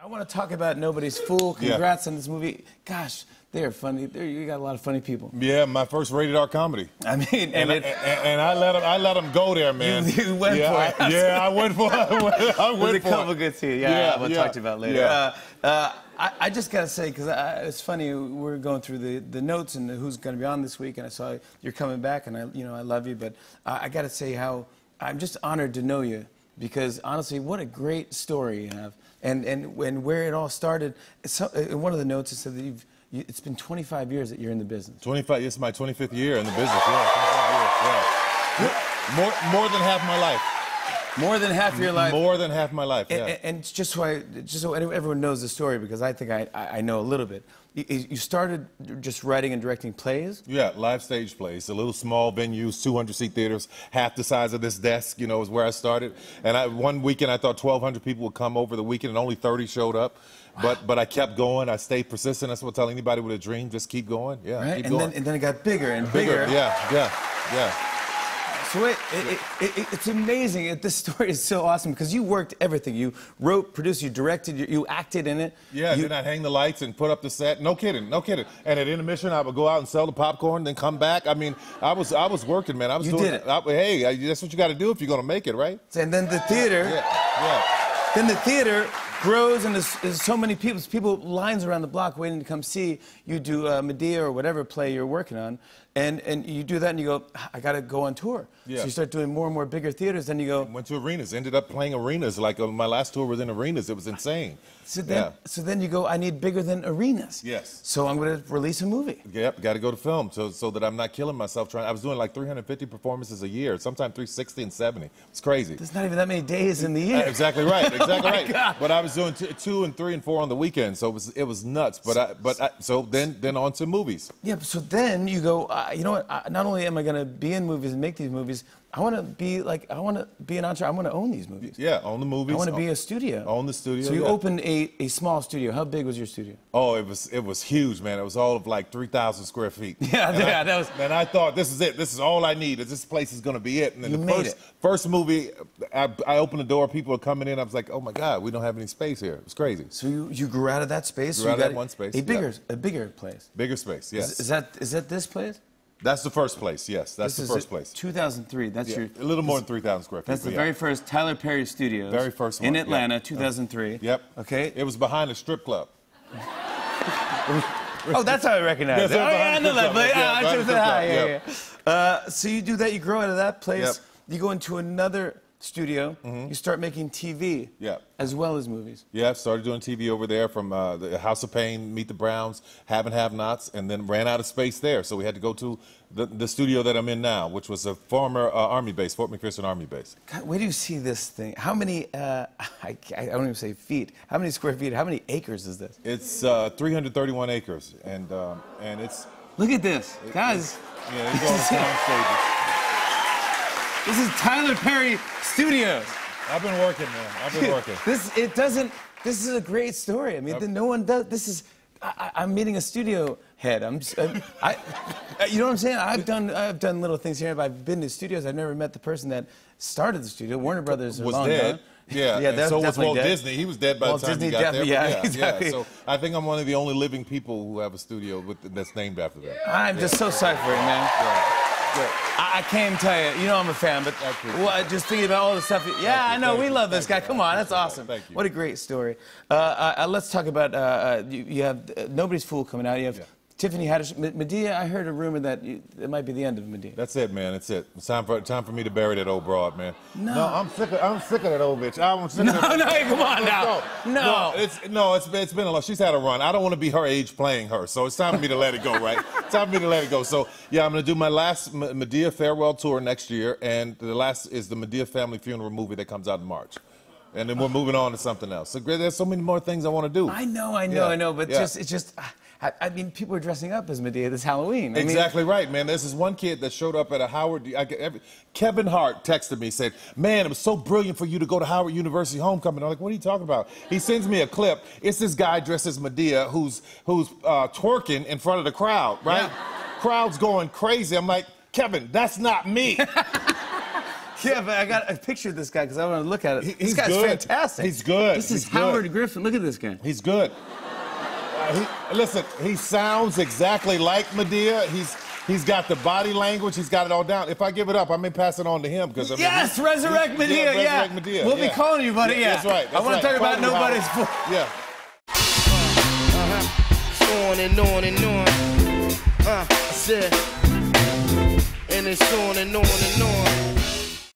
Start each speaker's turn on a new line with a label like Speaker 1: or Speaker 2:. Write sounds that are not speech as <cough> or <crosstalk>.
Speaker 1: I want to talk about Nobody's Fool.
Speaker 2: Yeah.
Speaker 1: Congrats on this movie. Gosh, they are funny. They're, you got a lot of funny people.
Speaker 2: Yeah, my first rated R comedy.
Speaker 1: I mean, and,
Speaker 2: And,
Speaker 1: it,
Speaker 2: <laughs> I, and, and I let him, I let 'em go there,
Speaker 1: <laughs>
Speaker 2: man.
Speaker 1: You- you went
Speaker 2: yeah,
Speaker 1: for
Speaker 2: I,
Speaker 1: it.
Speaker 2: Yeah, I went for it. <laughs> I went, I
Speaker 1: There's a
Speaker 2: went for
Speaker 1: couple
Speaker 2: it.
Speaker 1: good scenes. Yeah,
Speaker 2: Yeah,
Speaker 1: we'll
Speaker 2: yeah,
Speaker 1: talk to you about later.
Speaker 2: yeah.
Speaker 1: Uh, uh, I, I just gotta say, because it's funny, we we're going through the, the notes and who's gonna be on this week, and I saw you're coming back, and I, you know, I love you, but I, I gotta say how I'm just honored to know you, because honestly, what a great story you have, and and and where it all started. So, uh, in one of the notes, it said that you've. You, it's been 25 years that you're in the business.
Speaker 2: 25, it's my 25th year in the business. Yeah, 25 years, yeah. More, more than half my life.
Speaker 1: More than half your life.
Speaker 2: More than half my life, yeah.
Speaker 1: And, and it's just so I, just so everyone knows the story, because I think I, I I know a little bit. You, you started just writing and directing plays.
Speaker 2: Yeah, live stage plays. A little small venues, 200 seat theaters, half the size of this desk, you know, is where I started. And I, one weekend I thought 1,200 people would come over the weekend and only 30 showed up. But, but I kept going. I stayed persistent. That's what I tell anybody with a dream. Just keep going. Yeah,
Speaker 1: Right?
Speaker 2: keep
Speaker 1: And
Speaker 2: going.
Speaker 1: then, and then it got bigger and bigger.
Speaker 2: Bigger. Yeah, yeah, yeah.
Speaker 1: So it, it, it, it, it's amazing. It, this <laughs> story is so awesome because you worked everything. You wrote, produced, you directed, you, you acted in it.
Speaker 2: Yeah,
Speaker 1: You-
Speaker 2: then I'd hang the lights and put up the set. No kidding, no kidding. And at intermission, I would go out and sell the popcorn, then come back. I mean, I was I was working, man. I was
Speaker 1: You
Speaker 2: doing
Speaker 1: did it.
Speaker 2: I, hey, I, that's what you got to do if you're gonna make it, right?
Speaker 1: and then the theater.
Speaker 2: Yeah, yeah.
Speaker 1: Then the theater grows, and there's, there's so many people. People lines around the block waiting to come see you do uh, Medea or whatever play you're working on, and and you do that, and you go, I gotta go on tour. So
Speaker 2: Yeah.
Speaker 1: you start doing more and more bigger theaters. Then you go.
Speaker 2: Went to arenas, ended up playing arenas. Like uh, my last tour was in arenas. It was insane.
Speaker 1: So then, so then you go. I need bigger than arenas.
Speaker 2: Yes.
Speaker 1: So I'm gonna release a movie.
Speaker 2: yeah. Yep, got to go to film so, so that I'm not killing myself trying. I was doing like 350 performances a year, sometimes 360 and 70. It's crazy.
Speaker 1: There's not even that many days in the year. Oh
Speaker 2: Uh,
Speaker 1: <laughs>
Speaker 2: Exactly right. Exactly
Speaker 1: my
Speaker 2: right.
Speaker 1: God.
Speaker 2: But I was doing two, two and three and four on the weekend, so it was it was nuts. But I but I, so then then on to movies.
Speaker 1: Yeah, but so then you go, uh, you know what? I, not only am I going to be in movies and make these movies, I want to be like, I want to be an entrepreneur. I want to own these movies.
Speaker 2: Yeah, on the movies.
Speaker 1: I want to be a studio.
Speaker 2: own the studio,
Speaker 1: So you
Speaker 2: yeah.
Speaker 1: opened a, a small studio. How big was your studio?
Speaker 2: Oh, it was it was huge, man. It was all of like three thousand square feet.
Speaker 1: <laughs> Yeah,
Speaker 2: And
Speaker 1: yeah,
Speaker 2: I,
Speaker 1: that was-
Speaker 2: And I thought this is it. This is all I need. Is this place is gonna be it. And then
Speaker 1: You
Speaker 2: the
Speaker 1: made
Speaker 2: first
Speaker 1: it.
Speaker 2: first movie, I, I opened the door. People are coming in. I was like, oh my god, we don't have any space here. It was crazy.
Speaker 1: So you, you grew out of that space. so
Speaker 2: Grew
Speaker 1: you
Speaker 2: out of
Speaker 1: got
Speaker 2: that one space,
Speaker 1: A
Speaker 2: yeah.
Speaker 1: bigger a bigger place.
Speaker 2: Bigger space. Yes.
Speaker 1: Is, is that is that this place?
Speaker 2: that's the first place. Yes,
Speaker 1: this
Speaker 2: that's the
Speaker 1: is
Speaker 2: first
Speaker 1: a-
Speaker 2: place.
Speaker 1: 2003. That's
Speaker 2: Yeah,
Speaker 1: your
Speaker 2: a little more than three thousand square feet.
Speaker 1: That's the
Speaker 2: but yeah.
Speaker 1: very first Tyler Perry Studios.
Speaker 2: Very first
Speaker 1: in
Speaker 2: one, yeah. Uh,
Speaker 1: Atlanta, 2003.
Speaker 2: Yep.
Speaker 1: Okay.
Speaker 2: It was behind a strip club.
Speaker 1: Oh, that's how I
Speaker 2: <laughs>
Speaker 1: recognize
Speaker 2: Yes,
Speaker 1: it. Oh,
Speaker 2: that's
Speaker 1: yeah, I know that. But
Speaker 2: behind the club,
Speaker 1: yeah,
Speaker 2: yeah,
Speaker 1: I should have said hi.
Speaker 2: behind the
Speaker 1: Yeah,
Speaker 2: club,
Speaker 1: yeah. Uh, so you do that. You grow out of that place.
Speaker 2: Yep. Mm-hmm.
Speaker 1: You go into another studio. You start making TV.
Speaker 2: Yeah.
Speaker 1: As well as movies.
Speaker 2: Yeah, started doing TV over there from uh, the House of Pain, Meet the Browns, Have and Have Nots, and then ran out of space there. So we had to go to the, the studio that I'm in now, which was a former uh, Army base, Fort McPherson Army base.
Speaker 1: God, where do you see this thing? How many? Uh, <laughs> I, I don't even say feet. How many square feet? How many acres is this?
Speaker 2: It's uh, 331 acres, and um, and it's
Speaker 1: Look at this, guys. <laughs>
Speaker 2: yeah, it's all sound stages.
Speaker 1: This is Tyler Perry Studios.
Speaker 2: I've been working, man. I've
Speaker 1: <laughs>
Speaker 2: been working.
Speaker 1: This it doesn't. This is a great story. I mean, th- no one does. This is. I, I- I'm meeting a studio head. I'm. Just, I'm I, <laughs> you know what I'm saying? I've done. I've done little things here. But I've been to studios. I've never met the person that started the studio. Warner Brothers are
Speaker 2: was
Speaker 1: long
Speaker 2: dead.
Speaker 1: gone.
Speaker 2: Yeah,
Speaker 1: <laughs> yeah.
Speaker 2: and
Speaker 1: That's
Speaker 2: so was
Speaker 1: definitely
Speaker 2: Walt
Speaker 1: dead.
Speaker 2: Disney. He was dead by
Speaker 1: Walt
Speaker 2: the time
Speaker 1: Disney
Speaker 2: he got
Speaker 1: definitely-
Speaker 2: there. but
Speaker 1: yeah, exactly.
Speaker 2: So I think I'm one of the only living people who have a studio with, that's named after them.
Speaker 1: I'm just so sorry for you, man. I, I can't even tell you. You know I'm a fan, but
Speaker 2: I appreciate
Speaker 1: well, I just thinking about all the stuff. Yeah,
Speaker 2: you,
Speaker 1: I know
Speaker 2: thank
Speaker 1: we
Speaker 2: you,
Speaker 1: love this guy.
Speaker 2: thank you.
Speaker 1: Come
Speaker 2: I
Speaker 1: on, that's
Speaker 2: appreciate that.
Speaker 1: awesome.
Speaker 2: Thank you.
Speaker 1: What a great story. Uh, uh, uh, let's talk about uh, uh, you, you have uh, nobody's fool coming out. You have
Speaker 2: Yeah.
Speaker 1: Tiffany Haddish, Me- Medea. I heard a rumor that you, it might be the end of Medea.
Speaker 2: <laughs> That's it, man. That's it. It's time for time for me to bury that old broad, man.
Speaker 1: No.
Speaker 2: I'm sick of I'm sick of that old bitch. I'm sick of
Speaker 1: No,
Speaker 2: that.
Speaker 1: <laughs> no, come on now. No.
Speaker 2: it's no, it's been- it's been a lot. She's had a run. I don't want to be her age playing her, so it's time for me to let it go,
Speaker 1: <laughs>
Speaker 2: right? it's time for me to let it go. So yeah, I'm gonna do my last M- Medea farewell tour next year, and the last is the Medea family funeral movie that comes out in March, and then we're moving on to something else. So great, there's so many more things I want to do.
Speaker 1: I know, I know,
Speaker 2: Yeah,
Speaker 1: I know, but
Speaker 2: yeah.
Speaker 1: just it's just. I, I mean, people are dressing up as Medea this Halloween. I mean,
Speaker 2: Exactly right, man. There's this one kid that showed up at a Howard. I, get every, Kevin Hart texted me, said, "Man, it was so brilliant for you to go to Howard University homecoming." I'm like, "What are you talking about?" He sends me a clip. It's this guy dressed as Medea who's who's uh, twerking in front of the crowd, right?
Speaker 1: Yeah. <laughs>
Speaker 2: Crowd's going crazy. I'm like, Kevin, that's not me.
Speaker 1: Yeah, but I got I pictured this guy because I want to look at it.
Speaker 2: He-
Speaker 1: this
Speaker 2: he's
Speaker 1: guy's
Speaker 2: good.
Speaker 1: fantastic.
Speaker 2: He's good.
Speaker 1: This is
Speaker 2: He's good.
Speaker 1: Howard Griffin. Look at this guy.
Speaker 2: He's good. Uh, he, listen, he sounds exactly like Medea. He's he's got the body language. He's got it all down. If I give it up, I may pass it on to him because I mean,
Speaker 1: yes,
Speaker 2: he-
Speaker 1: resurrect
Speaker 2: he-
Speaker 1: Medea. Yeah,
Speaker 2: resurrect Medea.
Speaker 1: we'll
Speaker 2: yeah.
Speaker 1: be calling you, buddy. Yeah,
Speaker 2: that's right.
Speaker 1: I
Speaker 2: that's
Speaker 1: want
Speaker 2: right.
Speaker 1: to talk about
Speaker 2: Call me,
Speaker 1: nobody's.
Speaker 2: Howard.
Speaker 1: fo-
Speaker 2: Yeah.
Speaker 3: on and on and on. Uh, I said, and it's on and on and on.